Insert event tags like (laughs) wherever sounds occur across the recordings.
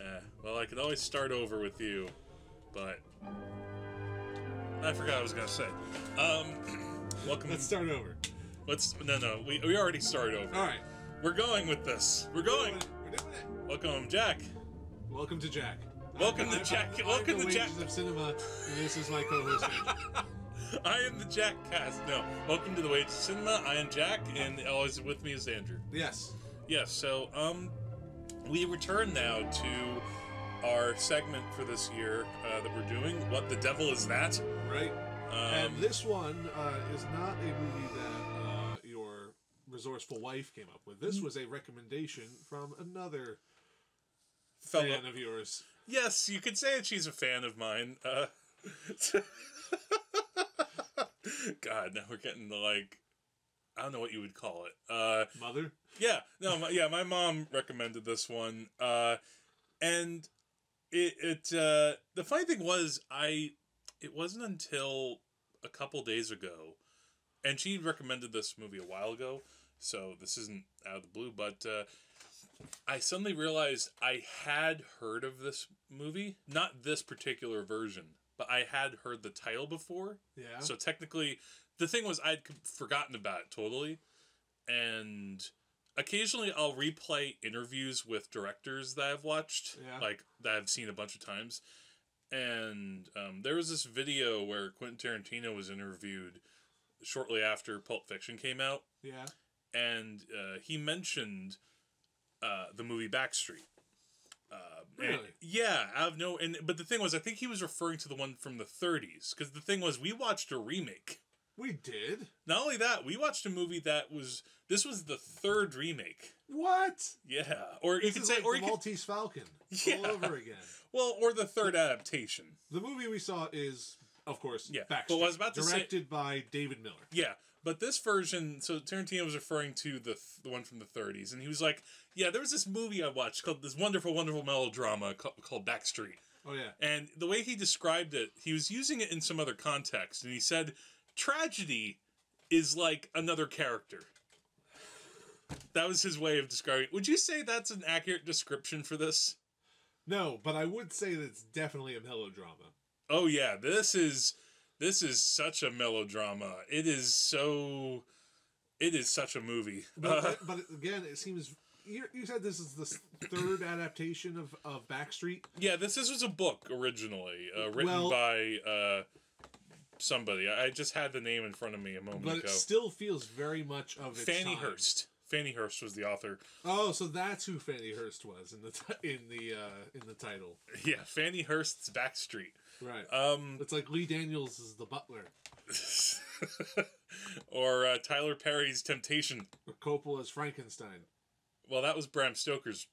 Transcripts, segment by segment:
Eh, could always start over with you, but I forgot what I was gonna say. Um, (clears throat) welcome. Let's start over. Let's no, no. We we already started over. All right. We're going with this. We're going. We're doing it. Welcome, Jack. Welcome to Jack. Welcome to I'm- I'm- Jack- I'm welcome the to Jack- Wages of Cinema, and this is my co-host. Andrew. I am the Jack Cast. No, welcome to the Way to Cinema. I am Jack, and always with me is Andrew. yes. Yes. So, um, we return now to our segment for this year uh, that we're doing. What the devil is that? Right. and Um, this one uh, is not a movie that uh, your resourceful wife came up with. Mm. This was a recommendation from another fan fellow, of yours. yes, you could say that she's a fan of mine. Uh, (laughs) God, now we're getting the like. I don't know what you would call it. Uh, Mother. Yeah, no, my, yeah, my mom recommended this one, uh, and it it uh, the funny thing was I it wasn't until a couple days ago, and she recommended this movie a while ago, so this isn't out of the blue, but uh, I suddenly realized I had heard of this movie, not this particular version, but I had heard the title before, Yeah. so technically, the thing was I'd com- forgotten about it totally, and occasionally I'll replay interviews with directors that I've watched, Yeah. like that I've seen a bunch of times. And um, there was this video where Quentin Tarantino was interviewed shortly after Pulp Fiction came out, yeah. and uh, he mentioned uh, the movie Backstreet. Uh, Really. And- yeah, out of no, and but the thing was, I think he was referring to the one from the 30s because the thing was, we watched a remake. we did. Not only that, we watched a movie that was this was the third remake. What? Yeah, or you This could is say, like or the you could, Maltese Falcon all Yeah. over again. well, or the third adaptation. The movie we saw is, of course, Yeah, Backstreet, but what I was about to say- directed by David Miller. Yeah, but this version, so Tarantino was referring to the th- the one from the 30s, and he was like, "Yeah, there was this movie I watched called this wonderful, wonderful melodrama ca- called Backstreet." Oh yeah, And the way he described it, he was using it in some other context, and he said, "Tragedy is like another character." That was his way of describing. it. Would you say that's an accurate description for this? no, but I would say that it's definitely a melodrama. Oh yeah, this is this is such a melodrama. It is so it is such a movie. But, Uh, but again, it seems you you said this is the s- (coughs) third adaptation of of Backstreet. yeah, this this was a book originally, uh, written Well- by uh, somebody. I I just had the name in front of me a moment But ago. it still feels very much of its Fanny time. Hurst. Fanny Hurst was the author. Oh, so that's who Fanny Hurst was in the t- in the uh, in the title, Yeah, Fanny Hurst's Backstreet, right? Um, it's like Lee Daniels is the butler, (laughs) or uh, Tyler Perry's Temptation. or Coppola is Frankenstein. Well, that was Bram Stoker's.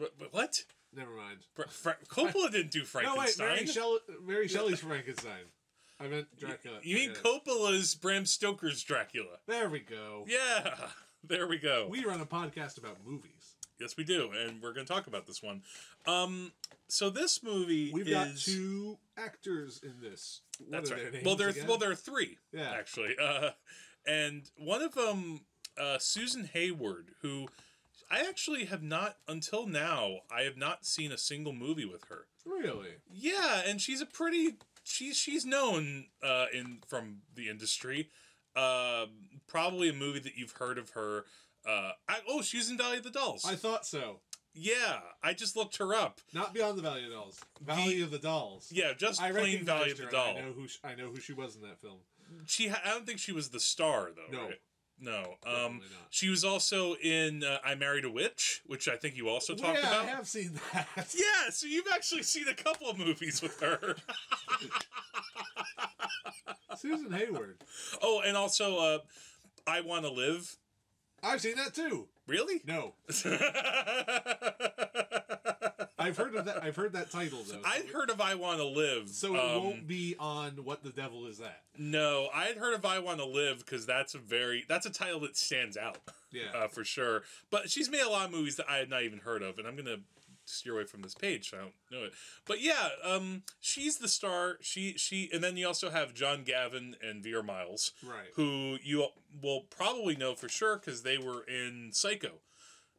Wh- wh- What? Never mind. Fra- Fra- (laughs) Coppola didn't do No wait, Frankenstein. Mary, Shelley, Mary Shelley's Frankenstein. I meant Dracula. you mean Yeah. Coppola's Bram Stoker's Dracula? There we go. Yeah, (laughs) there we go. We run a podcast about movies. yes, we do, and we're going to talk about this one. Um, so this movie We've is got two actors in this. What That's are right. their names well, there again? well there are three. Yeah. actually, (laughs) uh, and one of them, uh, Susan Hayward, who I actually have not until now. I have not seen a single movie with her. really. Yeah, and she's a pretty she's she's known uh, in from the industry. Uh, probably a movie that you've heard of her. Uh, I, oh, she's in Valley of the Dolls. I thought so. yeah, I just looked her up. Not Beyond the Valley of the Dolls. Valley of the Dolls. Yeah, just I plain recognized Valley of her the Doll. and I know who she, I know who she was in that film. she ha- I don't think she was the star though. No. right? No. Um, Definitely not. she was also in uh, I Married a Witch, which I think you also Yeah, talked about. I have seen (laughs) that. Yeah, so you've actually seen a couple of movies with (laughs) her. Susan Hayward. oh, and also uh, I Want to Live. I've seen that too. Really? (laughs) No. I've heard of that. I've heard that title though. I'd heard of I Want to Live. so it um, won't be on what the devil is that. No, I'd heard of I Want to Live because that's a very that's a title that stands out. Yeah. uh, for sure. But she's made a lot of movies that I had not even heard of, and I'm gonna steer away from this page. So I don't know it. But yeah, um, she's the star. She she, and then you also have John Gavin and Vera Miles, Right. Who you will probably know for sure because they were in Psycho.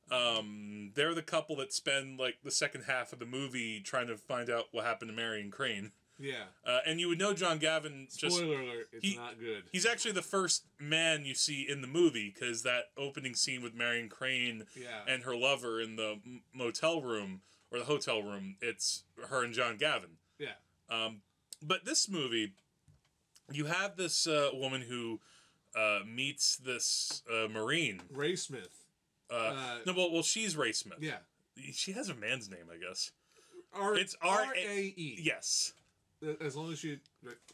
Um, they're the couple that spend like the second half of the movie trying to find out what happened to Marion Crane. Yeah. Uh, and you would know John Gavin just Spoiler alert, it's he- not good. He's actually the first man you see in the movie because that opening scene with Marion Crane yeah. and her lover in the m- motel room or the hotel room, it's her and John Gavin. Yeah. Um, but this movie, you have this uh, woman who uh, meets this uh, Marine. Ray Smith. Uh, Uh, no, well, well, she's Ray Smith. Yeah. She has a man's name, I guess. R- It's R- R A E. Uh, Yes. As long as you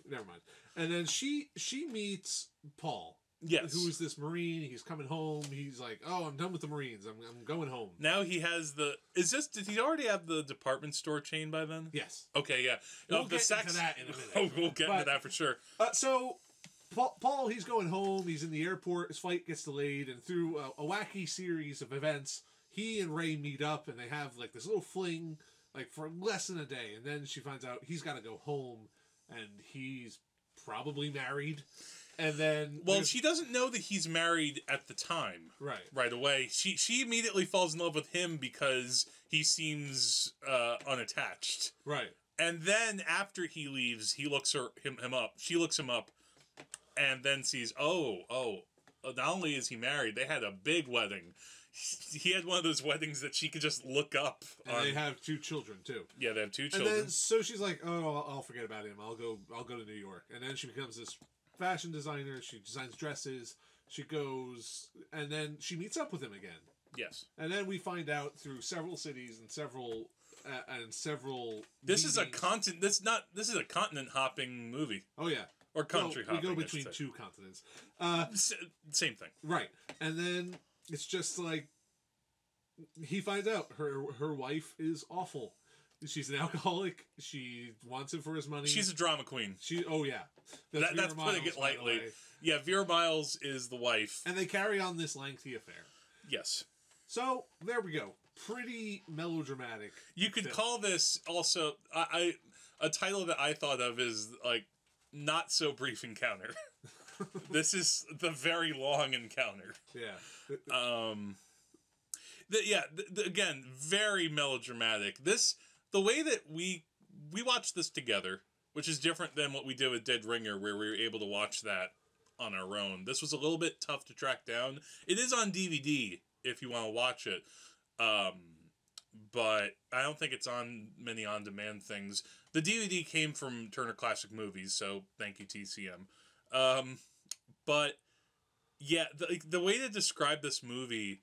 never mind. And then she she meets Paul. Yes. Who's this Marine? He's coming home. He's like, "Oh, I'm done with the Marines. I'm, I'm going home." now he has the. Is this? Did he already have the department store chain by then? Yes. Okay, yeah. We'll the get into sex- that in a minute. (laughs) Oh, we'll get into But- that for sure. Uh, so Paul, Paul, he's going home. He's in the airport. His flight gets delayed, and through a, a wacky series of events, he and Ray meet up, and they have like this little fling, like for less than a day. And then she finds out he's got to go home, and he's probably married. And then Well, there's- she doesn't know that he's married at the time. right, Right away, she she immediately falls in love with him because he seems uh, unattached. right, And then after he leaves, he looks her him him up. She looks him up, and then sees oh oh. Not only is he married, they had a big wedding. He had one of those weddings that she could just look up. and on- they have two children too. yeah, they have two And children. then so she's like, "Oh, I'll, I'll forget about him. I'll go. I'll go to New York." And then she becomes this fashion designer. She designs dresses. She goes, and then she meets up with him again. yes. And then we find out through several cities and several uh, and several. This is a meetings- continent. This not. This is a continent hopping movie oh yeah or country Well, hopping. We I go between should say. two continents. Uh, S- same thing. right, and then it's just like he finds out her her wife is awful. She's an alcoholic. She wants him for his money. She's a drama queen. She, oh yeah, That- that's Vera putting it by the lightly. way. Yeah, Vera Miles is the wife. And they carry on this lengthy affair. Yes, So there we go. Pretty melodramatic. you could Yeah. call this also. I, I a title that I thought of is like not so brief encounter. (laughs) this is the very long encounter. Yeah, Um, th- yeah, th- th- again, very melodramatic. This the way that we we watched this together, which is different than what we did with Dead Ringer, where we were able to watch that on our own. This was a little bit tough to track down. It is on DVD if you want to watch it, um, but I don't think it's on many on demand things. The DVD came from Turner Classic Movies, so thank you TCM. Um, but yeah, the, like, the way to describe this movie,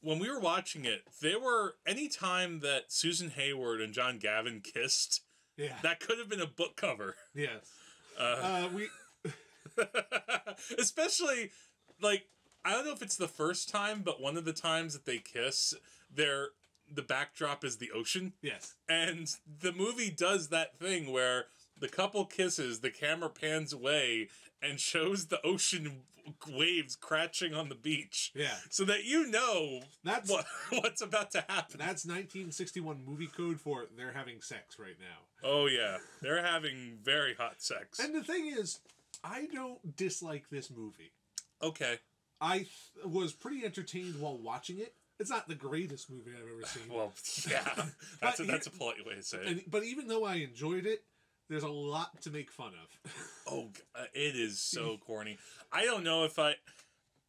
when we were watching it, there were any time that Susan Hayward and John Gavin kissed, yeah, that could have been a book cover. yes. Uh, (laughs) Uh, we especially, like, I don't know if it's the first time, but one of the times that they kiss, their the backdrop is the ocean, yes, and the movie does that thing where the couple kisses, the camera pans away and shows the ocean waves crashing on the beach. yeah. so that you know That's what (laughs) what's about to happen. that's 1961 movie code for they're having sex right now. oh yeah, they're having very hot sex. And the thing is, I don't dislike this movie. okay, I th- was pretty entertained while watching it. It's not the greatest movie I've (laughs) ever seen. well yeah, that's But a, that's a here- polite way to say it. and, but even though I enjoyed it, there's a lot to make fun of. Oh, g- uh, it is (laughs) so corny. I don't know if I,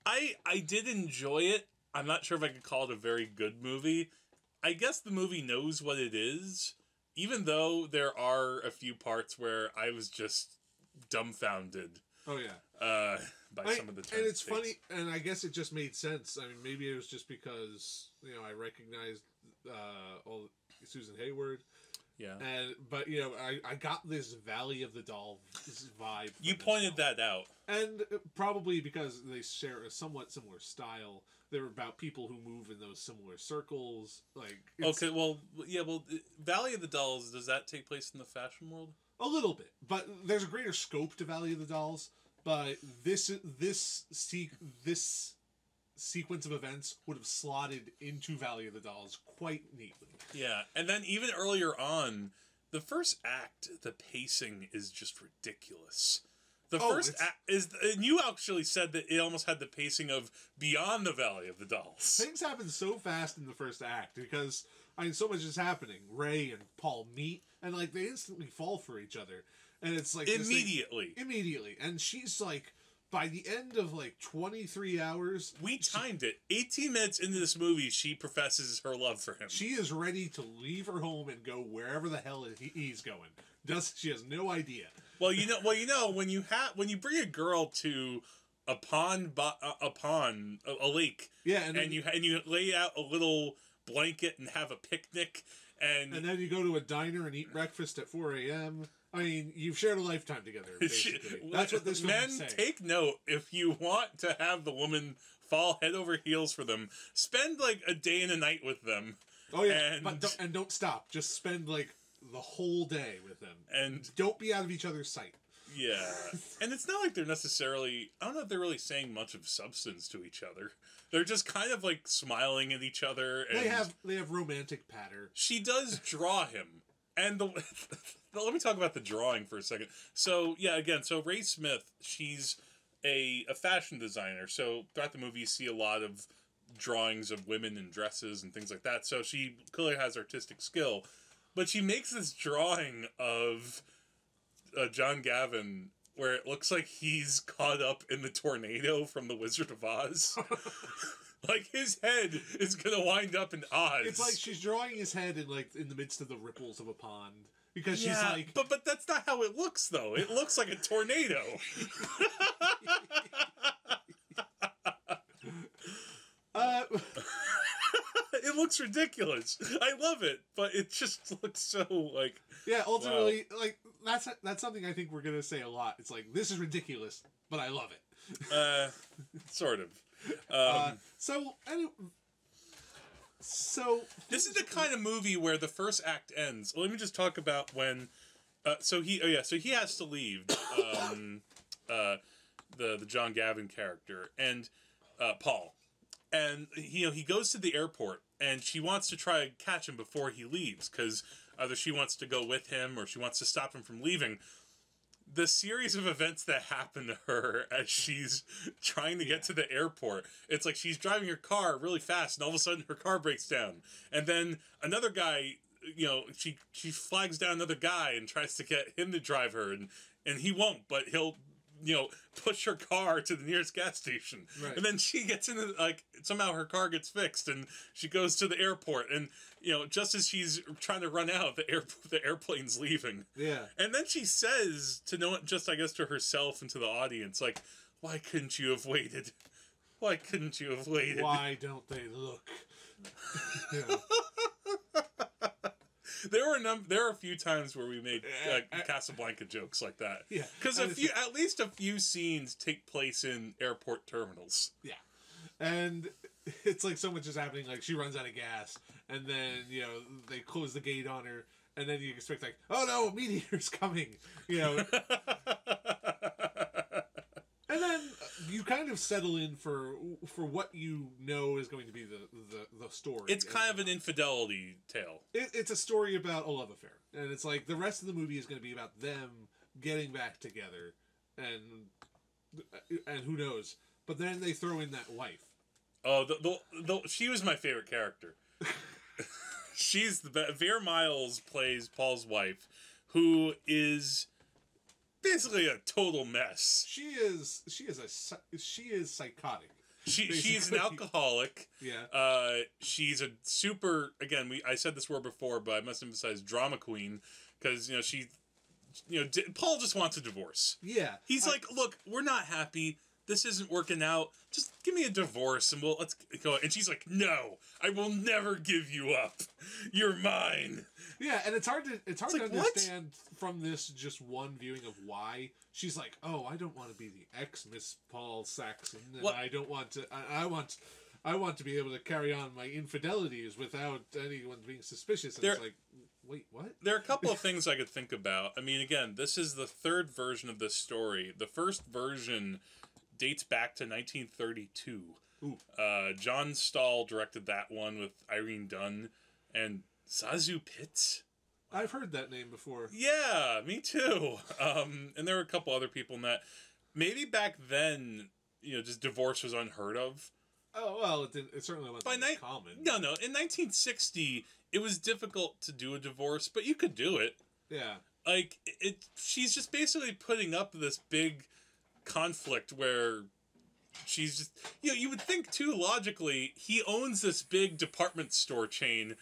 I I did enjoy it. I'm not sure if I could call it a very good movie. I guess the movie knows what it is, even though there are a few parts where I was just dumbfounded oh yeah. uh, by I- some of the. and turns it's it takes. funny, and I guess it just made sense. I mean, maybe it was just because you know I recognized uh, all Susan Hayward, Yeah. and but you know I, I got this Valley of the Dolls vibe. from You this pointed film. that out. and probably because they share a somewhat similar style. They're about people who move in those similar circles, like it's okay, well, yeah, well, the- Valley of the Dolls, does that take place in the fashion world? a little bit. But there's a greater scope to Valley of the Dolls. But this this se- this sequence of events would have slotted into Valley of the Dolls quite neatly. Yeah, and then even earlier on, the first act, the pacing is just ridiculous. The Oh, first it's- a- is, and you actually said that it almost had the pacing of Beyond the Valley of the Dolls. Things happen so fast in the first act because I mean so much is happening. Ray and Paul meet and like they instantly fall for each other. And it's like this thing- Immediately, immediately. And she's like by the end of like 23 hours, we timed it. 18 minutes into this movie, she professes her love for him. she is ready to leave her home and go wherever the hell he- he's going. Does she has no idea. Well, you know, well, you know, when you have when you bring a girl to a pond, bo- uh, a pond, a, a lake, Yeah, and and, then, you and you lay out a little blanket and have a picnic, and, and then you go to a diner and eat breakfast at 4 a.m. I mean, you've shared a (laughs) lifetime together. Shit. Basically. That's what this men film's saying. take note. If you want to have the woman fall head over heels for them, spend like a day and a night with them, Oh yeah, and- but don't, and don't stop. Just spend like the whole day with them. and Don't be out of each other's sight. yeah, and it's not like they're necessarily. I don't know if they're really saying much of substance to each other. They're just kind of like smiling at each other. And They have they have romantic patter. she does draw him and the, (laughs) the- let me talk about the drawing for a second so yeah again so ray smith she's a, a fashion designer so throughout the movie you see a lot of drawings of women in dresses and things like that so she clearly has artistic skill but she makes this drawing of uh, john gavin where it looks like he's caught up in the tornado from the wizard of oz (laughs) like his head is gonna wind up in oz It's like she's drawing his head in like in the midst of the ripples of a pond because she's like but but that's not how it looks though. It looks like a (laughs) tornado. (laughs) uh, it looks ridiculous. I love it, but it just (laughs) looks so like yeah. Ultimately, like that's that's something I think we're gonna say a lot. It's like this is ridiculous, but I love it. uh sort of. Um, uh, so any, so this is the kind of movie where the first act ends. Let me just talk about when uh, so he oh yeah, so he has to leave um (coughs) uh the the John Gavin character and uh Paul. And you know, he goes to the airport and she wants to try and catch him before he leaves cuz either she wants to go with him or she wants to stop him from leaving. The series of events that happen to her as she's trying to get to the airport. It's like she's driving her car really fast and all of a sudden her car breaks down. And then another guy, you know, she she flags down another guy and tries to get him to drive her and and he won't, but he'll you know, push her car to the nearest gas station. Right. And then she gets into like somehow her car gets fixed and she goes to the airport and you know, just as she's trying to run out, the air (laughs) the airplane's leaving. yeah. And then she says to no one, just I guess to herself and to the audience, like, "Why couldn't you have waited? Why couldn't you have waited?" Why don't they look? (laughs) Yeah. There were a num- there were a few times where we made uh, Uh, uh, Casablanca jokes like that. Yeah, Because a and it's few, at least a few scenes take place in airport terminals. (laughs) and it's like so much is happening like she runs out of gas and then you know they close the gate on her and then you expect like oh no a meteor's (laughs) coming you know and then you kind of settle in for for what you know is going to be the the, the story it's kind of an infidelity tale. it, it's a story about a love affair and it's like the rest of the movie is going to be about them getting back together and and who knows but then they throw in that wife Oh, the, the, the she was my favorite character. She's the best. Vera Miles plays Paul's wife, who is basically a total mess. She is she is a psy- she is psychotic. She she's an Basically. alcoholic. Yeah. Uh, she's a super. Again, we I said this word before, but I must emphasize drama queen because you know she, you know, di- Paul just wants a divorce. Yeah. He's I- like, look, we're not happy. This isn't working out. Just give me a divorce and we'll let's go. And she's like, no, I will never give you up. You're mine. Yeah, and it's hard to it's hard It's to like, what? understand from this just one viewing of why she's like, "Oh, I don't want to be the ex Miss Paul Saxon and What- I don't want to I, I want I want to be able to carry on my infidelities without anyone being suspicious." And it's There- like, "Wait, what?" There are a couple of things I could think about. I mean, again, this is the third version of this story. The first version dates back to 1932. Ooh. Uh, John Stahl directed that one with Irene Dunn and Zazu Pitts. I've heard that name before. Yeah, me too. (laughs) Um, and there were a couple other people in that. Maybe back then, you know, just divorce was unheard of. Oh well, it didn't. It certainly wasn't By as night- common. No, no. In 1960, it was difficult to do a divorce, but you could do it. Yeah. Like it, it she's just basically putting up this big conflict where she's just you know, you would think too logically, he owns this big department store chain.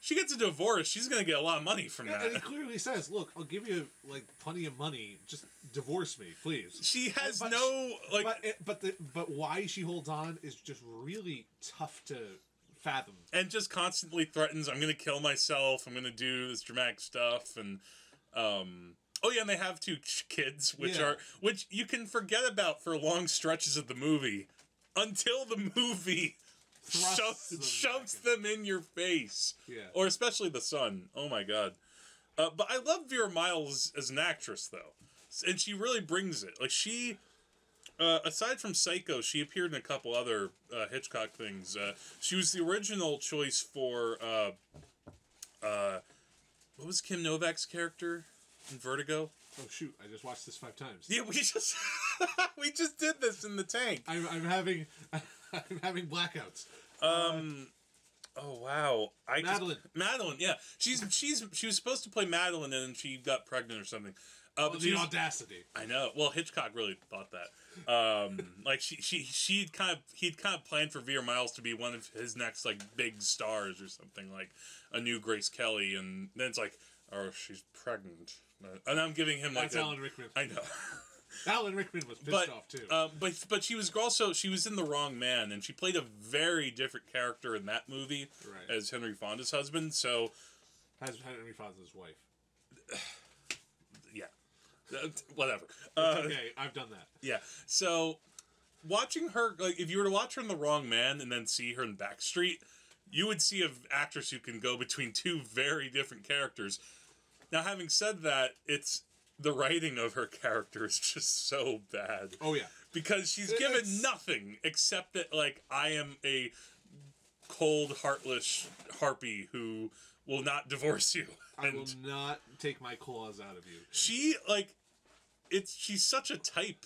She gets a divorce, she's going to get a lot of money from Yeah, that. and he clearly says, "Look, I'll give you like plenty of money. Just divorce me, please." She has But- no like but it, but the but why she holds on is just really tough to fathom. and just constantly threatens i'm gonna kill myself i'm gonna do this dramatic stuff and um oh yeah and they have two ch- kids which Yeah. are which you can forget about for long stretches of the movie until the (laughs) movie Thrusts shoves them them, back shoves in. them in your face Yeah. or especially the son oh my god uh, but i love vera miles as an actress though S- and she really brings it like she uh, aside from Psycho, she appeared in a couple other uh, Hitchcock things. Uh, she was the original choice for uh, uh, what was Kim Novak's character in Vertigo? Oh shoot! I just watched this five times. Yeah, we just (laughs) we just did this in the tank. I'm, I'm having (laughs) I'm having blackouts. Um, oh wow, I just- Madeline. Madeline, yeah, she's she's she was supposed to play Madeline and then she got pregnant or something. Uh, Oh, but the she's, audacity. I know. Well, Hitchcock really thought that. Um, (laughs) like she, she, she would kind of, he'd kind of planned for Vera Miles to be one of his next like big stars or something like a new Grace Kelly, and then it's like, oh, she's pregnant, and I'm giving him like That's a- Alan Rickman. (laughs) I know, Alan Rickman was pissed But, off too. uh, but but she was also she was in the wrong man, and she played a very different character in that movie right. as Henry Fonda's husband. So Has Henry Fonda's wife. yeah, Uh, (laughs) whatever. It's Uh, okay, I've done that. Yeah. So watching her, like, if you were to watch her in The Wrong Man and then see her in Backstreet, you would see an actress who can go between (laughs) two very different characters. Now, having said that, it's the writing of her character is just so bad Oh yeah. because she's It- given it's- nothing except that, like, I am a cold, heartless harpy who will not (laughs) divorce you. I will not take my claws out of you. She, like, it's she's such a type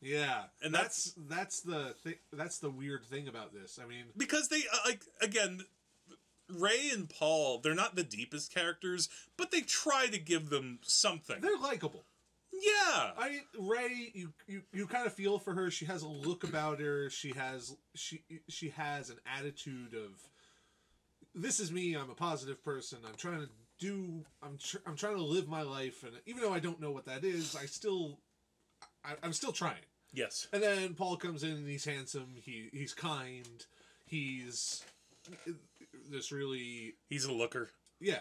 Yeah, And that's that's the thing. That's the weird thing about this. I mean, because they uh, like again ray and paul they're not the deepest characters but they try to give them something they're likable. yeah I mean, Ray, you, you you kind of feel for her. She has a look about her. She has she she has an attitude of this is me. I'm a positive person. I'm trying to do. I'm tr- I'm trying to live my life, and even though I don't know what that is, I still I, I'm still trying. yes And then Paul comes in and he's handsome. He he's kind. He's this really he's a looker yeah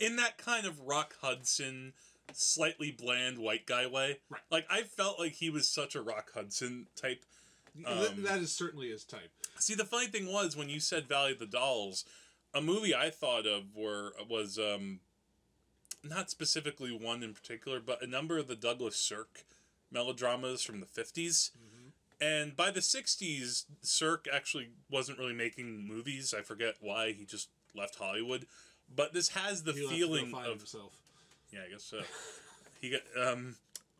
in that kind of rock hudson slightly bland white guy way Right. like i felt like he was such a rock hudson type th- Um, that is certainly his type. see the funny thing was when you said valley of the dolls a movie i thought of were was um not specifically one in particular but a number of the douglas sirk melodramas from the 50s And by the 60s, Cirque actually wasn't really making movies. I forget why he just left Hollywood. But this has the He'll have to go feeling find of himself. yeah, I guess so. he got um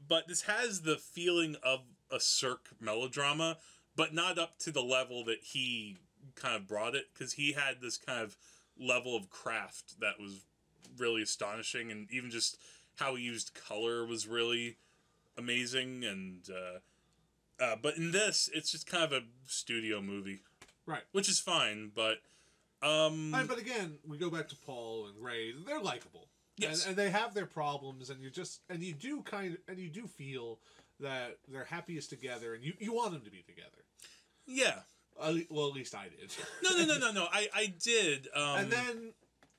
but this has the feeling of a Cirque melodrama, but not up to the level that he kind of brought it cuz he had this kind of level of craft that was really astonishing and even just how he used color was really amazing and uh uh, but in this, it's just kind of a studio movie, Right. Which is fine, but um, I- but again, we go back to Paul and Ray. They're likable. yes, And, and they have their problems, and you just and you do kind and you do feel that they're happiest together, and you you want them to be together. yeah. At le- Well, at least I did. No, no, no, no, no. I, I did. Um, (laughs) and then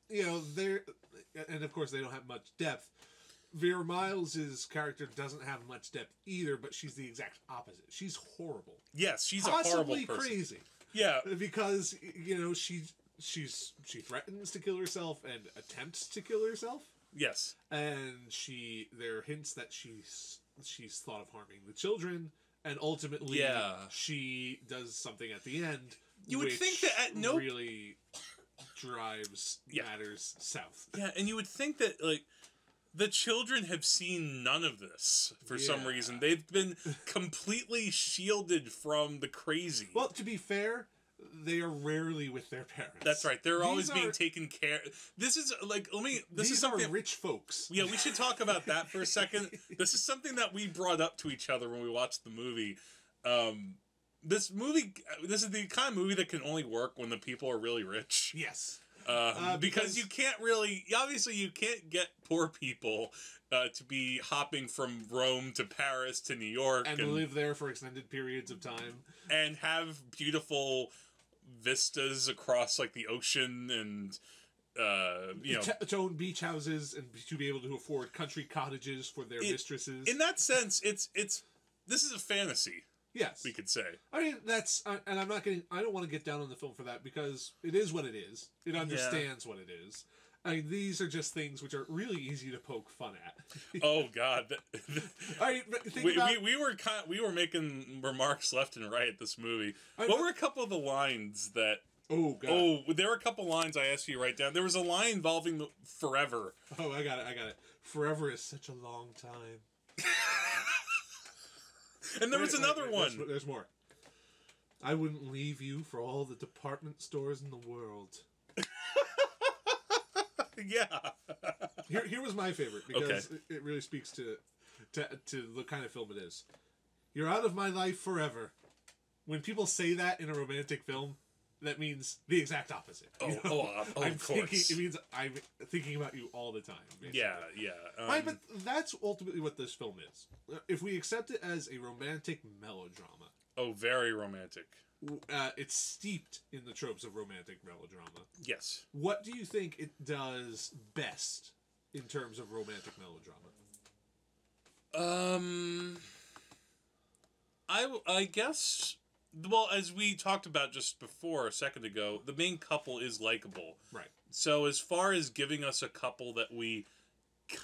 you know they're and of course they don't have much depth. Vera Miles's character doesn't have much depth either, but she's the exact opposite. She's horrible. yes, she's a horrible Possibly person. crazy. Yeah, because you know she she's she threatens to kill herself and attempts to kill herself yes, and she there are hints that she's she's thought of harming the children and ultimately Yeah. she does something at the end You would which think that at no- really drives Yeah. matters south. Yeah, and you would think that like the children have seen none of this for some Yeah. reason. They've been completely shielded from the crazy. Well, to be fair, they are rarely with their parents. that's right. They're These always being are- taken care. This is like let me. This These is something. are rich folks. yeah, we should talk about that for a second. this is something that we brought up to each other when we watched the movie. Um, this movie, this is the kind of movie that can only work when the people are really rich. (laughs) Yes. Um, Uh, because, because- you can't really, obviously, you can't get poor people uh, to be hopping from Rome to Paris to New York And and, and, live there for extended periods of time. have beautiful vistas across like the ocean and uh, you know. to, to own beach houses and to be able to afford country cottages for their It- mistresses. In that sense, it's it's this is a fantasy yes. we could say. (laughs) I mean, that's, I- and I'm not getting, I don't want to get down on the film for that because it is what it is. It understands what it is. I mean, these are just things which are really easy to poke fun at. (laughs) Oh God, that- I mean, but (laughs) think we, about, we, we were kind we were making remarks left and right at this movie. I- What were a couple of the lines that oh, God. Oh. Oh, there were a couple lines I asked you to write down. There was a line involving the forever. Oh, I got it. I got it. Forever is such a long time. And there was Wait, wait, another wait, one. There's, there's more. I wouldn't leave you for all the department stores in the world. (laughs) yeah. Here, here was my favorite because it, it really speaks to, to to the kind of film it is. You're out of my life forever. When people say that in a romantic film, that means the exact opposite. Oh, You know? oh, uh, (laughs) oh, (laughs) I'm of course. Thinking, it means I'm thinking about you all the time. basically. yeah, yeah. Um, Right, but that's ultimately what this film is. If we accept it as a romantic melodrama, oh, very romantic. uh, it's steeped in the tropes of romantic melodrama. Yes. What do you think it does best in terms of romantic melodrama? Um, I w- I guess. Well, as we talked about just before a second ago, the main couple is likable. Right. So as far as giving us a couple that we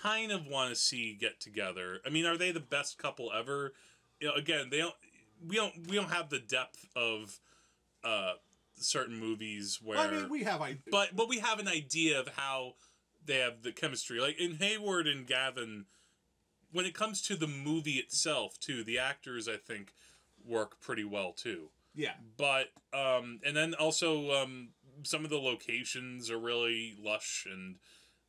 kind of want to see get together, I mean, are they the best couple ever? You know, again, they don't. We don't. We don't have the depth of uh, certain movies where. I mean, we have I. but but we have an idea of how they have the chemistry. Like in Hayward and Gavin, when it comes to the movie itself, too, the actors I think work pretty well too yeah, but um and then also um some of the locations are really lush and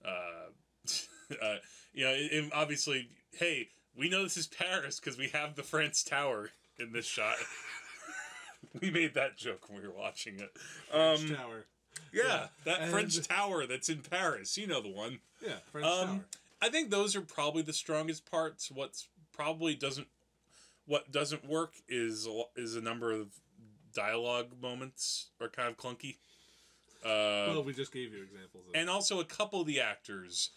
uh, (laughs) uh you know and- and obviously hey we know this is paris because we have the france tower in this shot (laughs) we made that joke when we were watching it French um Tower. yeah that And- french tower that's in paris you know the one Yeah, French um, I think those are probably the strongest parts. What's probably doesn't what doesn't work is a lo- is a number of dialogue moments are kind of clunky. Tower. Uh, Well, we just gave you examples. Of and also a couple of the actors.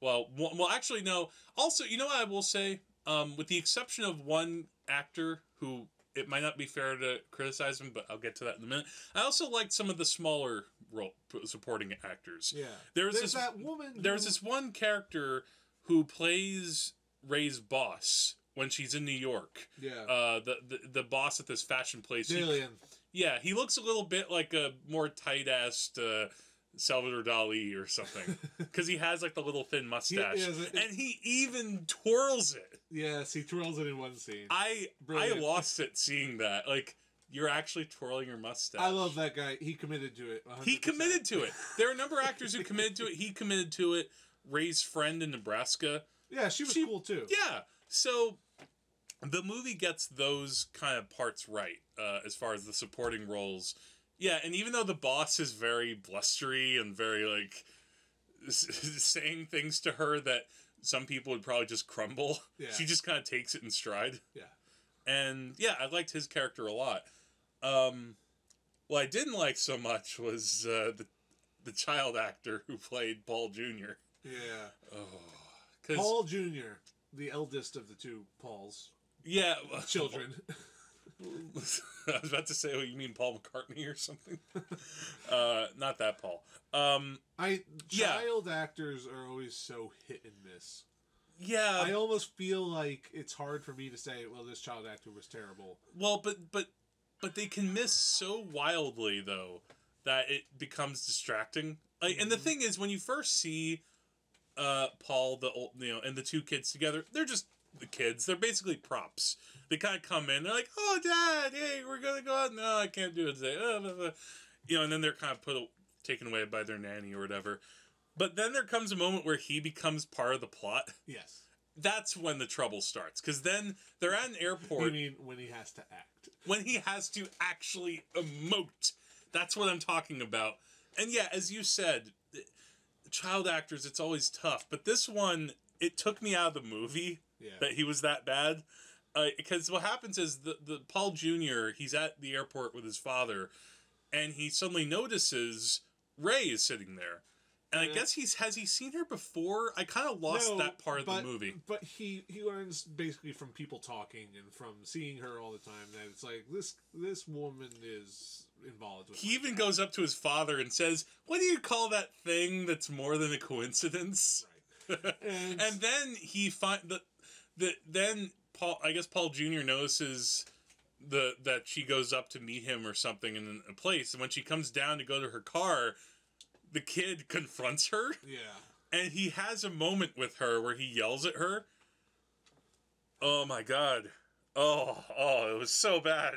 Well, one, well, actually, no. Also, you know what I will say, um, with the exception of one actor who it might not be fair to criticize him, but I'll get to that in a minute. I also liked some of the smaller role supporting actors. yeah, There was this there's that woman. there's who- this one character who plays Ray's boss when she's in New York. yeah Uh, the, the the boss at this fashion place. He- Dalian. yeah, he looks a little bit like a more tight assed uh, Salvador Dali or (laughs) something because he has like the little thin mustache, has a- and he even twirls it. Yes, he twirls it in one scene. I I, Brilliant. I lost it seeing that. Like you're actually twirling your mustache. love that guy. He committed to it. 100%. He committed to it. There are a number of actors (laughs) who committed to it. He committed to it. Ray's friend in Nebraska. Yeah, she was She- cool too. Yeah. So the movie gets those kind of parts right uh, as far as the supporting roles. Yeah, and even though the boss is very blustery and very like (laughs) s- saying things to her that some people would probably just crumble, (laughs) Yeah. she just kind of takes it in stride. Yeah. And yeah, I liked his character a lot. Um, what I didn't like so much was uh, the the child actor who played Paul Jr. yeah. Oh, 'cause- Paul Junior, the eldest of the two Pauls yeah, (laughs) children. I was about to say, oh, you mean Paul McCartney or something? (laughs) uh, not that Paul. Um, I Yeah. child actors are always so hit and miss. yeah. I almost feel like it's hard for me to say, well, this child actor was terrible. well, but but but they can miss so wildly though that it becomes distracting. Like, and the thing is, when you first see uh, Paul, the old, you know, and the two kids together, they're just the kids. They're basically props. They kind of come in. They're like, "Oh, Dad, hey, we're gonna go out." No, I can't do it today. Uh, blah, blah." You know, and then they're kind of put taken away by their nanny or whatever. But then there comes a moment where he becomes part of the plot. Yes. That's when the trouble starts, because then they're at an airport You mean when he has to act? when he has to actually emote. That's what I'm talking about. And yeah, as you said, th- child actors, it's always tough. But this one, it took me out of the movie Yeah. that he was that bad. Because what happens is the, the Paul Jr. He's at the airport with his father, and he suddenly notices Ray is sitting there. And I Yeah. guess he's has he seen her before? I kind of lost No, that part of but- the movie. But he he learns basically from people talking and from seeing her all the time that it's like this this woman is involved with. He even goes up to his father and says, "What do you call that thing that's more than a coincidence?" Right. And, And then he find the, the then Paul. I guess Paul Junior notices the that she goes up to meet him or something in a place, and when she comes down to go to her car, the kid (laughs) confronts her, yeah, and he has a moment with her where he yells at her. Oh my god! Oh oh, it was so bad.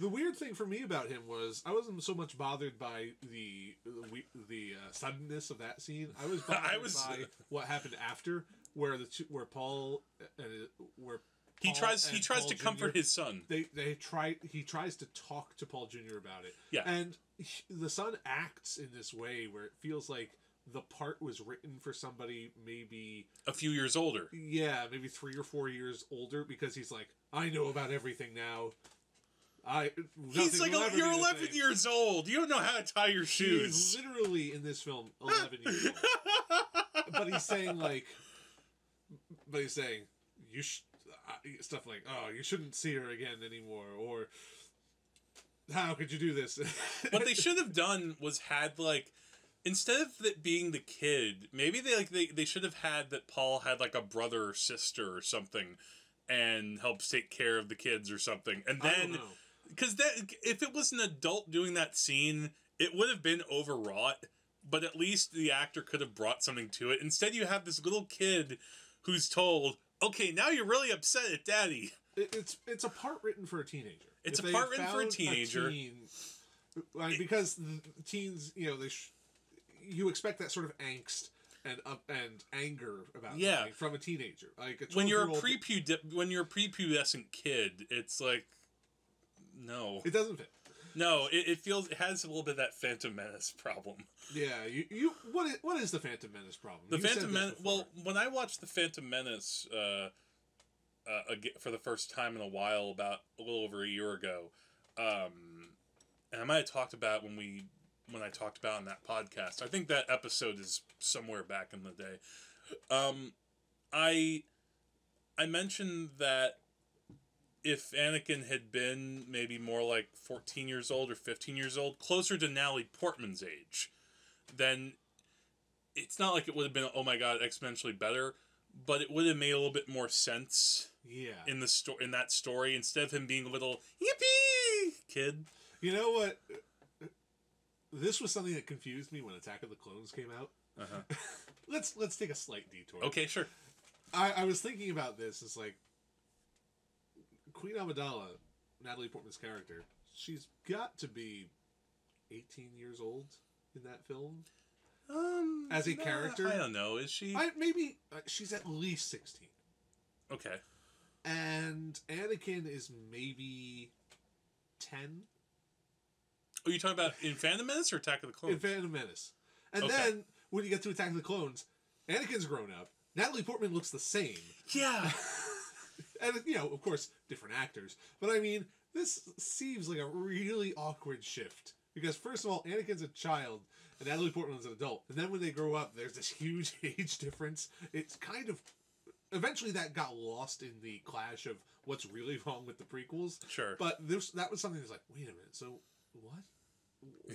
the weird thing for me about him was I wasn't so much bothered by the the, we- the uh, suddenness of that scene. I was bothered (laughs) I was- by what happened after, where the two, where Paul and uh, where He Paul tries he and tries Paul to comfort Jr. his son. they they try he tries to talk to Paul Jr. about it. Yeah. And he- the son acts in this way where it feels like the part was written for somebody maybe a few years older. yeah, maybe 3 or 4 years older because he's like I know about everything now. I He's nothing like, will ever you're be the 11 same." years old. You don't know how to tie your He's shoes. literally in this film 11 years old. (laughs) but he's saying like but he's saying you sh- I- stuff like oh you shouldn't see her again anymore or how could you do this (laughs) (laughs) what they should have done was had like instead of it being the kid, maybe they like they, they should have had that Paul had like a brother or sister or something and helps take care of the kids or something. And I don't then know. cuz that if it was an adult doing that scene, it would have been overwrought, but at least the actor could have brought something to it. Instead you have this little kid who's told, "Okay, now you're really upset at daddy." It- it's it's a part written for a teenager It's a If they part written for a found teenager. teen- like, because the teens you know they sh- you expect that sort of angst and up and anger about Yeah. something from a teenager like a when you're a 12-year-old prepud when you're a prepubescent kid, it's like no, it doesn't fit no. It, it feels it has a little bit of that Phantom Menace problem. yeah you you what is, what is the phantom menace problem The You said Phantom this Menace. before. Well, when I watched the Phantom Menace uh, uh, aga- for the first time in a while, about a little over a year ago, um, and I might have talked about when we when I talked about in that podcast. I think that episode is somewhere back in the day. Um, I I mentioned that if Anakin had been maybe more like 14 years old or 15 years old, closer to Natalie Portman's age, then it's not like it would have been oh my god exponentially better, but it would have made a little bit more sense yeah in the sto- in that story instead of him being a little yippee kid. You know what? This was something that confused me when Attack of the Clones came out. (laughs) Uh-huh. Let's let's take a slight detour. Okay, sure. I, I was thinking about this. It's like Queen Amidala, Natalie Portman's character. She's got to be eighteen years old in that film. Um, As a nah, character? I don't know. Is she I, maybe uh, she's at least sixteen, okay? and Anakin is maybe ten. Are you talking about in Phantom Menace or Attack of the Clones? in Phantom Menace. And Okay. then when you get to Attack of the Clones, Anakin's grown up. Natalie Portman looks the same, yeah, and you know, of course, different actors. But I mean, this seems like a really awkward shift because first of all, Anakin's a child, and Natalie Portman's an adult. And then when they grow up, there's this (laughs) huge age difference. It's kind of eventually that got lost in the clash of what's really (laughs) wrong with the prequels. (laughs) sure. (laughs) But this that was something that's like, wait a minute, so what?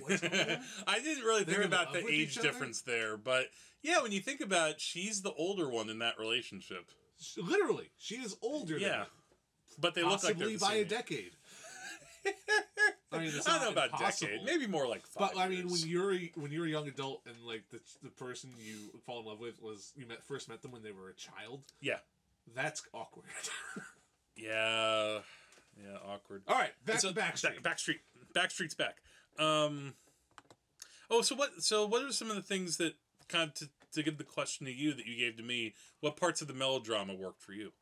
What's going on? I didn't really They're think in about love the with age each other? difference there, but yeah, when you think about it, she's the older one in that relationship. She- Literally, she is older Yeah. than him, But they look like they're possibly the by same a age. decade. I mean, (laughs) it's I not don't know about impossible. decade, maybe more like five. But I mean, years. when you're a- when you're a young adult and like the the person you fall in love with was you met first met them when they were a child. Yeah. that's awkward. (laughs) yeah, yeah, awkward. All right, Oh, back So, to Backstreet. Back, Backstreet. Backstreet's back. Um, oh, so what? So what are some of the things that kind of to, to give the question to you that you gave to me? What parts of the melodrama worked for you?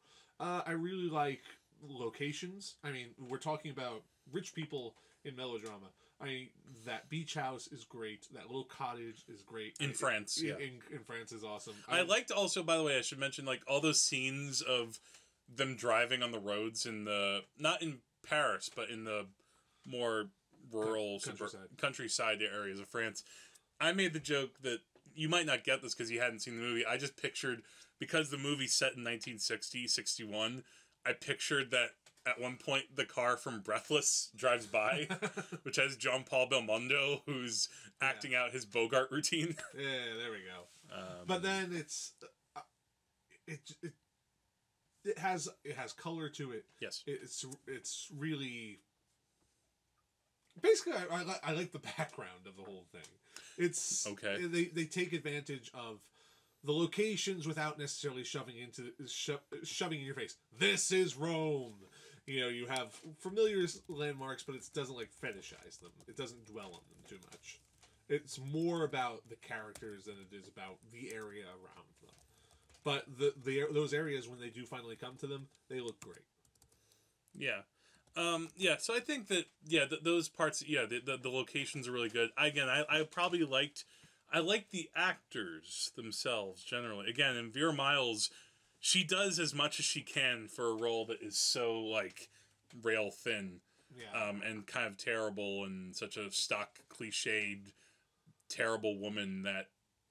Uh, I really like locations. I mean, we're talking about rich people in melodrama. I mean, that beach house is great. That little cottage is great. In I- France, in, yeah. in, in France is awesome. I (laughs) liked also, by the way, I should mention like all those scenes of them driving on the roads in the not in Paris, but in the more rural Coun- countryside, countryside. countryside areas of France. I made the joke that you might not get this because you hadn't seen the movie. I just pictured because the movie's set in 1960, 61, I pictured that at one point the car from Breathless drives by, (laughs) which has John Paul Belmondo who's acting out his Bogart routine. yeah, there we go. Um, but then it's uh, it, it it has it has color to it. yes. It's it's really basically I, I, li- I like the background of the whole thing. It's Okay. They they take advantage of the locations without necessarily shoving into sho- shoving in your face. This is Rome. You know, you have familiar landmarks, but it doesn't like fetishize them. It doesn't dwell on them too much. It's more about the characters than it is about the area around them. But the, the those areas when they do finally come to them, they look great. Yeah. Um, yeah, so I think that yeah, th- those parts yeah, the, the the locations are really good. I, again, I, I probably liked I liked the actors themselves generally. Again, and Vera Miles, she does as much as she can for a role that is so like rail thin Yeah. um, and kind of terrible and such a stock cliched terrible woman that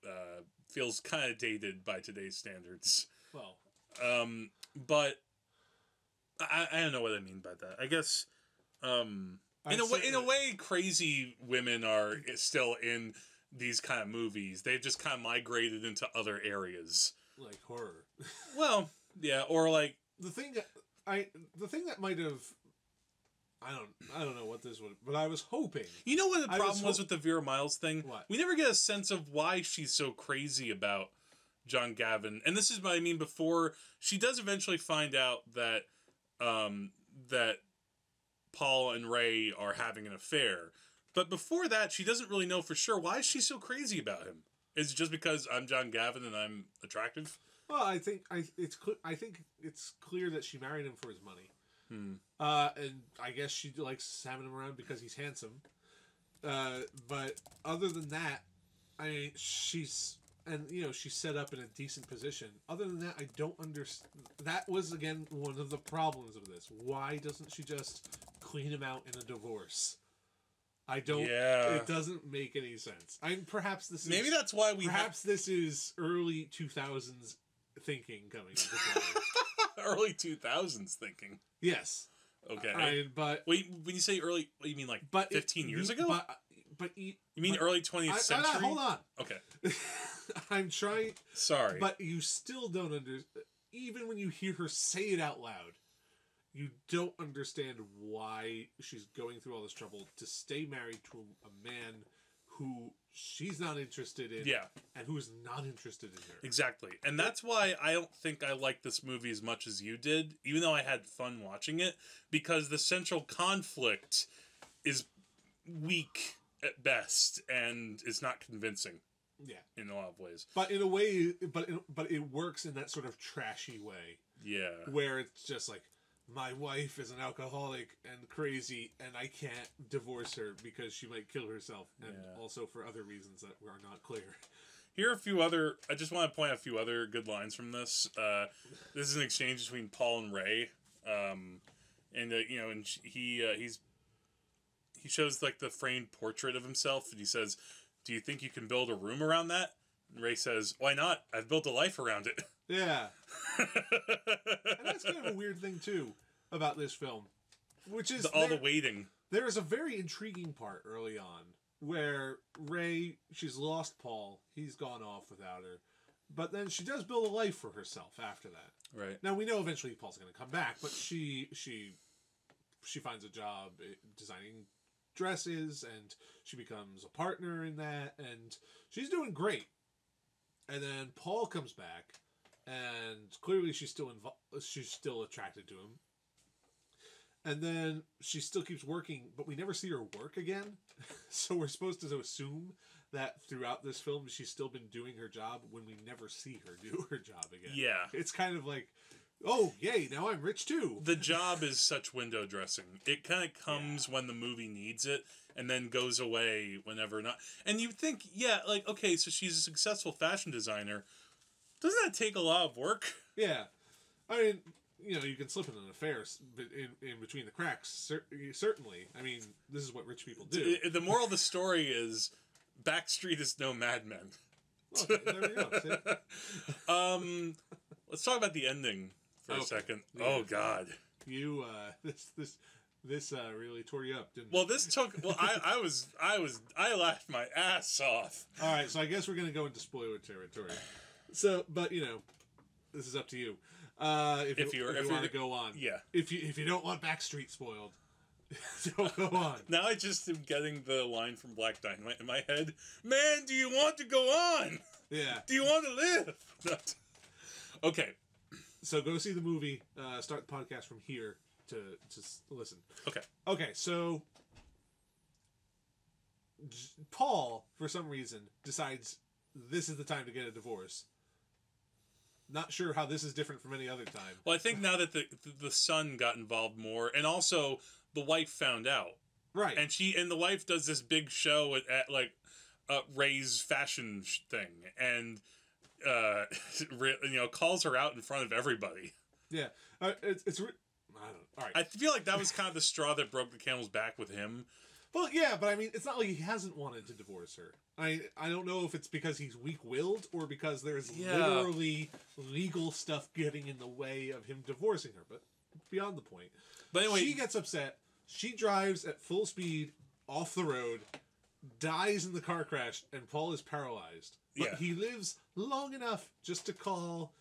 uh, feels kind of dated by today's standards. well, Um, but I, I don't know what I mean by that. I guess um, in a way, in I a certainly- way, crazy women are still in these kind of movies. They've just kind of migrated into other areas. like horror. Well, yeah, or like the thing that I the thing that might have I don't I don't know what this would but I was hoping you know what the I was problem was, hop- with the Vera Miles thing. What? We never get a sense of why she's so crazy about John Gavin. And this is what I mean before she does eventually find out that um that Paul and Ray are having an affair. But before that, she doesn't really know for sure why is she so crazy about him. Is it just because I'm John Gavin and I'm attractive? well I think I it's cle- I think it's clear that she married him for his money Hmm. uh and I guess she likes having him around because he's handsome uh but other than that I mean she's and you know she's set up in a decent position other than that I don't understand that was again one of the problems of this why doesn't she just clean him out in a divorce I don't yeah. it doesn't make any sense. I'm perhaps this is Maybe that's why we have perhaps this is early two thousands thinking coming into (laughs) play. early 2000s thinking. yes, Okay. I, but Wait, when you say early, what do you mean like but it- 15 years you- ago? But but you, you mean but- early 20th I, I, century? hold on. (laughs) Okay. I'm trying, Sorry. but you still don't under. Even when you hear her say it out loud, you don't understand why she's going through all this trouble to stay married to a man who she's not interested in, yeah, and who is not interested in her. exactly. And that's why I don't think I like this movie as much as you did, even though I had fun watching it, because the central conflict is weak at best and is not convincing Yeah. in a lot of ways. but in a way but in, but it works in that sort of trashy way Yeah. where it's just like my wife is an alcoholic and crazy and i can't divorce her because she might kill herself and Yeah. also also for other reasons that are not clear Here are a few other. I just want to point out a few other good lines from this. Uh, this is an exchange between Paul and Ray, um, and uh, you know, and sh- he uh, he's he shows like the framed portrait of himself, and he says, "Do you think you can build a room around that?" And Ray says, "Why not? I've built a life around it." (laughs) yeah and that's kind of a weird thing too about this film which is The- all there- the waiting. there is a very intriguing part early on where Ray she's lost Paul, he's gone off without her, but then she does build a life for herself after that. Right. Now we know eventually Paul's going to come back, but she she she finds a job eh, designing dresses and she becomes a partner in that and she's doing great. And then Paul comes back and clearly she's still involved she's still attracted to him. And then she still keeps working, but we never see her work again. (laughs) so we're supposed to assume that throughout this film she's still been doing her job when we never see her do her job again. Yeah. It's kind of like, oh yay, now I'm rich too. The job is such window dressing. It kind of comes when the movie needs it and then goes away whenever not. And you think, yeah, like, okay, so she's a successful fashion designer. Doesn't that take a lot of work? Yeah, I mean, you know, you can slip in an affair s- but in, in between the cracks. Cer- certainly, I mean, this is what rich people (laughs) do. The moral of the story is Backstreet is no (laughs) madman. Okay, there we go. See? Um, let's talk about the ending for a Okay. second. Yeah. Oh, God. You uh, (laughs) this this this uh, really tore you up, didn't? it? Well, this took. Well, I, I was, I was, I laughed my ass off. All right, so I guess we're gonna go into spoiler territory. So, but you know, this is up to you. Uh, if, If you, you're- if if you're you want to the- go on, Yeah. If you if you don't want Backstreet spoiled, (laughs) don't go on. Now I just am getting the line from Black Dynamite in my head. Man, do you want to go on? Yeah. Do you want to live? (laughs) okay. So go see the movie. Uh, start the podcast from here to to s- listen. Okay. Okay, so J- Paul, for some reason, decides this is the time to get a divorce. Not sure how this is different from any other time. Well, I think now that the the son got involved more, and also the wife found out, Right. and she and the wife does this big show at, at like uh, Ray's fashion sh- thing, and uh, (laughs) re- you know calls her out in front of everybody. yeah. Uh, it's, it's re- I don't know. All right. I feel like that was kind of the straw that broke the camel's back with him. well, yeah, but I mean, it's not like he hasn't wanted to divorce her. I I don't know if it's because he's weak-willed or because there's Yeah. literally legal stuff getting in the way of him divorcing her, but beyond the point. But anyway, she gets upset. She drives at full speed off the road, dies in the car crash, and Paul is paralyzed. But Yeah. he lives long enough just to call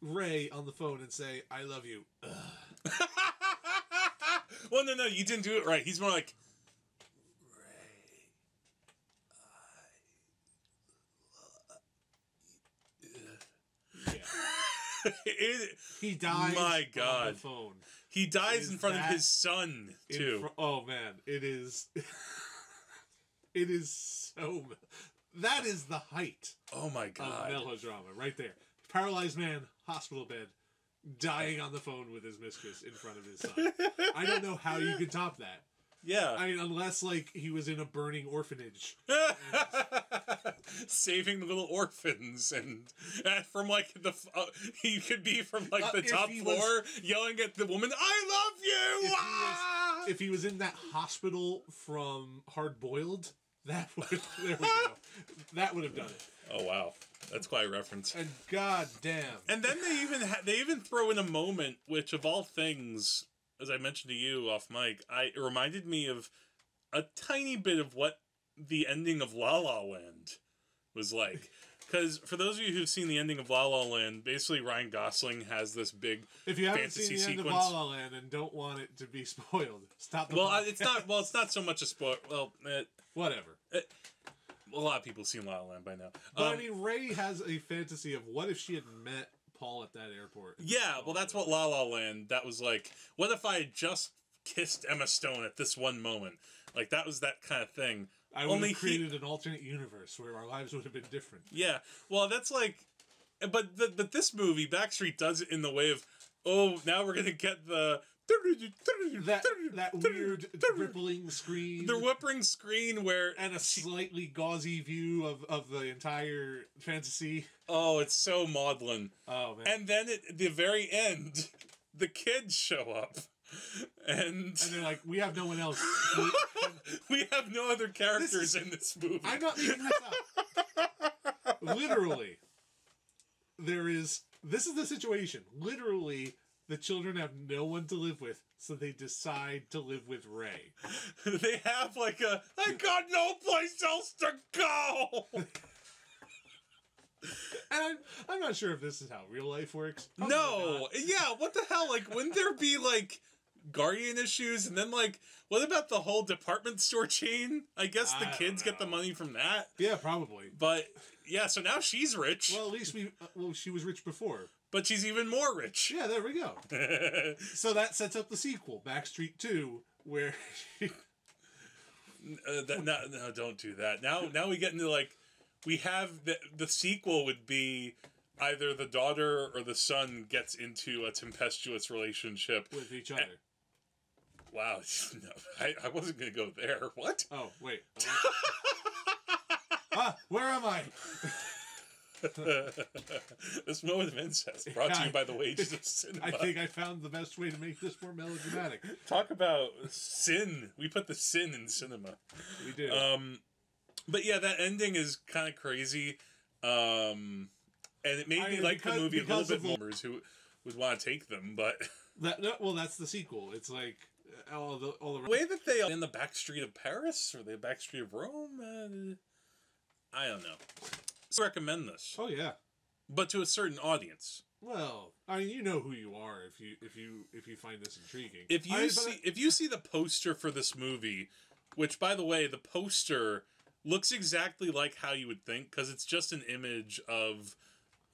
Ray on the phone and say, "I love you." (laughs) well, no, no, you didn't do it right. He's more like, (laughs) Yeah. it, He (laughs) dies. My on God. the phone. he dies Is in front of that his son In too. fr- oh man, it is. (laughs) it is so. That is the height oh my of god! melodrama, right there. Paralyzed man, hospital bed, dying on the phone with his mistress in front of his son. I don't know how you could top that. yeah, I mean, unless like he was in a burning orphanage. (laughs) saving the little orphans and uh, from like the f- uh, he could be from like Uh, the if top he floor was- yelling at the woman, "I love you!" If he was- Ah! If he was in that hospital from Hard Boiled, that would (laughs) there we go. That would have done it. oh wow, that's quite a reference. And goddamn, And then they even ha- they even throw in a moment which of all things, as I mentioned to you off mic, I it reminded me of a tiny bit of what the ending of La La Land was like. Because for those of you w've seen the ending of La La Land, basically Ryan Gosling has this big. if you haven't seen fantasy the end of La sequence. La Land and don't want it to be spoiled, stop. The Well, I- podcast. it's not. Well, it's not so much a spoil. Well, eh, whatever. a lot of people have seen La La Land by now. But I Um, mean, Ray has a fantasy of what if she had met Paul at that airport. Yeah, well, that's what La La Land. That was like, what if I had just kissed Emma Stone at this one moment? Like that was that kind of thing. I would only have he- created an alternate universe where our lives would have been (laughs) different. Yeah, well, that's like, but the, but this movie Backstreet does it in the way of, oh, now we're gonna get the That (laughs) that weird rippling screen. the whipping screen where and a slightly gauzy view of, of the entire fantasy. oh, it's so maudlin. Oh man! And, And then at the very end, the kids show up, and. they're like, we have no one else. (laughs) we have no other characters This is- in this movie. I'm not making this up. Literally, there is. This is the situation. Literally, the children have no one to live with, so they decide to live with Ray. (laughs) they have like a I got no place else to go. And I'm, I'm Oh not sure if this is how real life works. Probably no, (laughs) not. yeah, what the hell? Like, wouldn't there be like guardian issues, and then like, what about the whole department store chain? I guess the I don't kids get the know. money from that. Yeah, probably. But yeah, so now she's rich, Well, at least we. uh, Well, she was rich before. but she's even more rich. Yeah, there we go. So that sets up the sequel, Backstreet Two, where (laughs) (laughs) Uh, that, no, no, don't do that. Now, now we get into like, we have the the sequel would be either the daughter or the son gets into a tempestuous relationship. with each other. Wow, (laughs) no, I, I wasn't gonna go there. What? Oh wait. ah, where am I? (laughs) this moment of incest brought to you by the wages of sin. I think I found the best way to make this more melodramatic. Talk about sin. We put the sin in cinema. We did. Um, but yeah, that ending is kind of crazy. Um, and it made I me mean, like because- the movie a little because bit of more. Who would want to take them? But (laughs) that no, well, that's the sequel. It's like uh, all the all the the way that they in the back street of Paris or the back street of Rome, uh, I don't know. So I recommend this, Oh yeah. but to a certain audience. Well, I mean, you know who you are if you if you if you find this intriguing. If you I- but see if you see the poster for this movie, which by the way, the poster looks exactly like how you would think because it's just an image of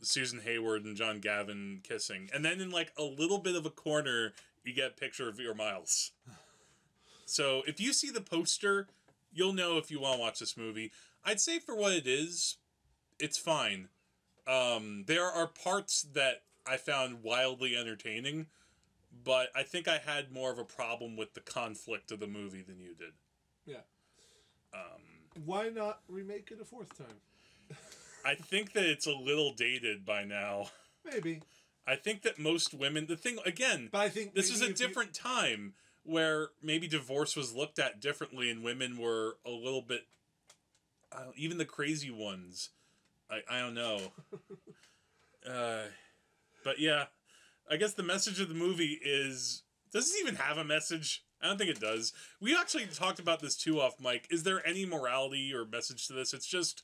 Susan Hayward and John Gavin kissing, and then in like a little bit of a corner, you get a picture of your Miles. So if you see the poster, you'll know if you want to watch this movie. I'd say for what it is, it's fine. Um, there are parts that I found wildly entertaining, but I think I had more of a problem with the conflict of the movie than you did. Yeah. Um, why not remake it a fourth time? I think that it's a little dated by now. Maybe, I think that most women, the thing, again, but I think this maybe is a if you- different time where maybe divorce was looked at differently and women were a little bit I don't, even the crazy ones i, I don't (laughs) know uh, but yeah i guess the message of the movie is does this even have a message i don't think it does we actually talked about this too off mic is there any morality or message to this it's just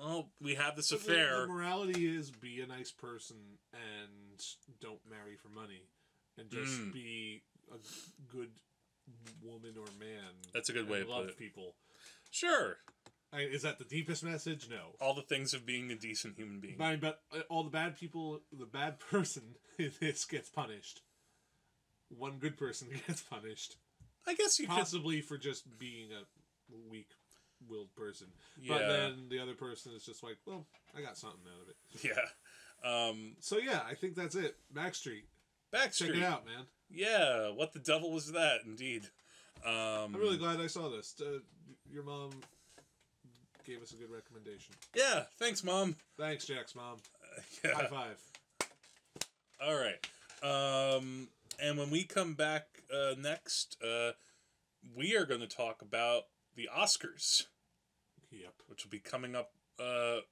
oh we have this the- the- The affair morality is be a nice person and don't marry for money, and just Mm. be a good woman or man. That's a good way and to put love it. people. sure I, is that the deepest message? No. all the things of being a decent human being But, but uh, all the bad people, the bad (laughs) person in this gets punished. One good person (laughs) gets punished. i guess you could possibly for just being a weak willed person. yeah But then the other person is just like, well, I got something out of it. (laughs) Yeah. Um So yeah, I think that's it. Backstreet. Check Backstreet. it out, man. Yeah, what the devil was that indeed? Um I'm really glad I saw this. Uh, your mom gave us a good recommendation. Yeah, thanks mom. (laughs) Thanks, Jack's mom. High Yeah. five. All right. Um and when we come back uh next, uh we are going to talk about the Oscars, Yep. which will be coming up uh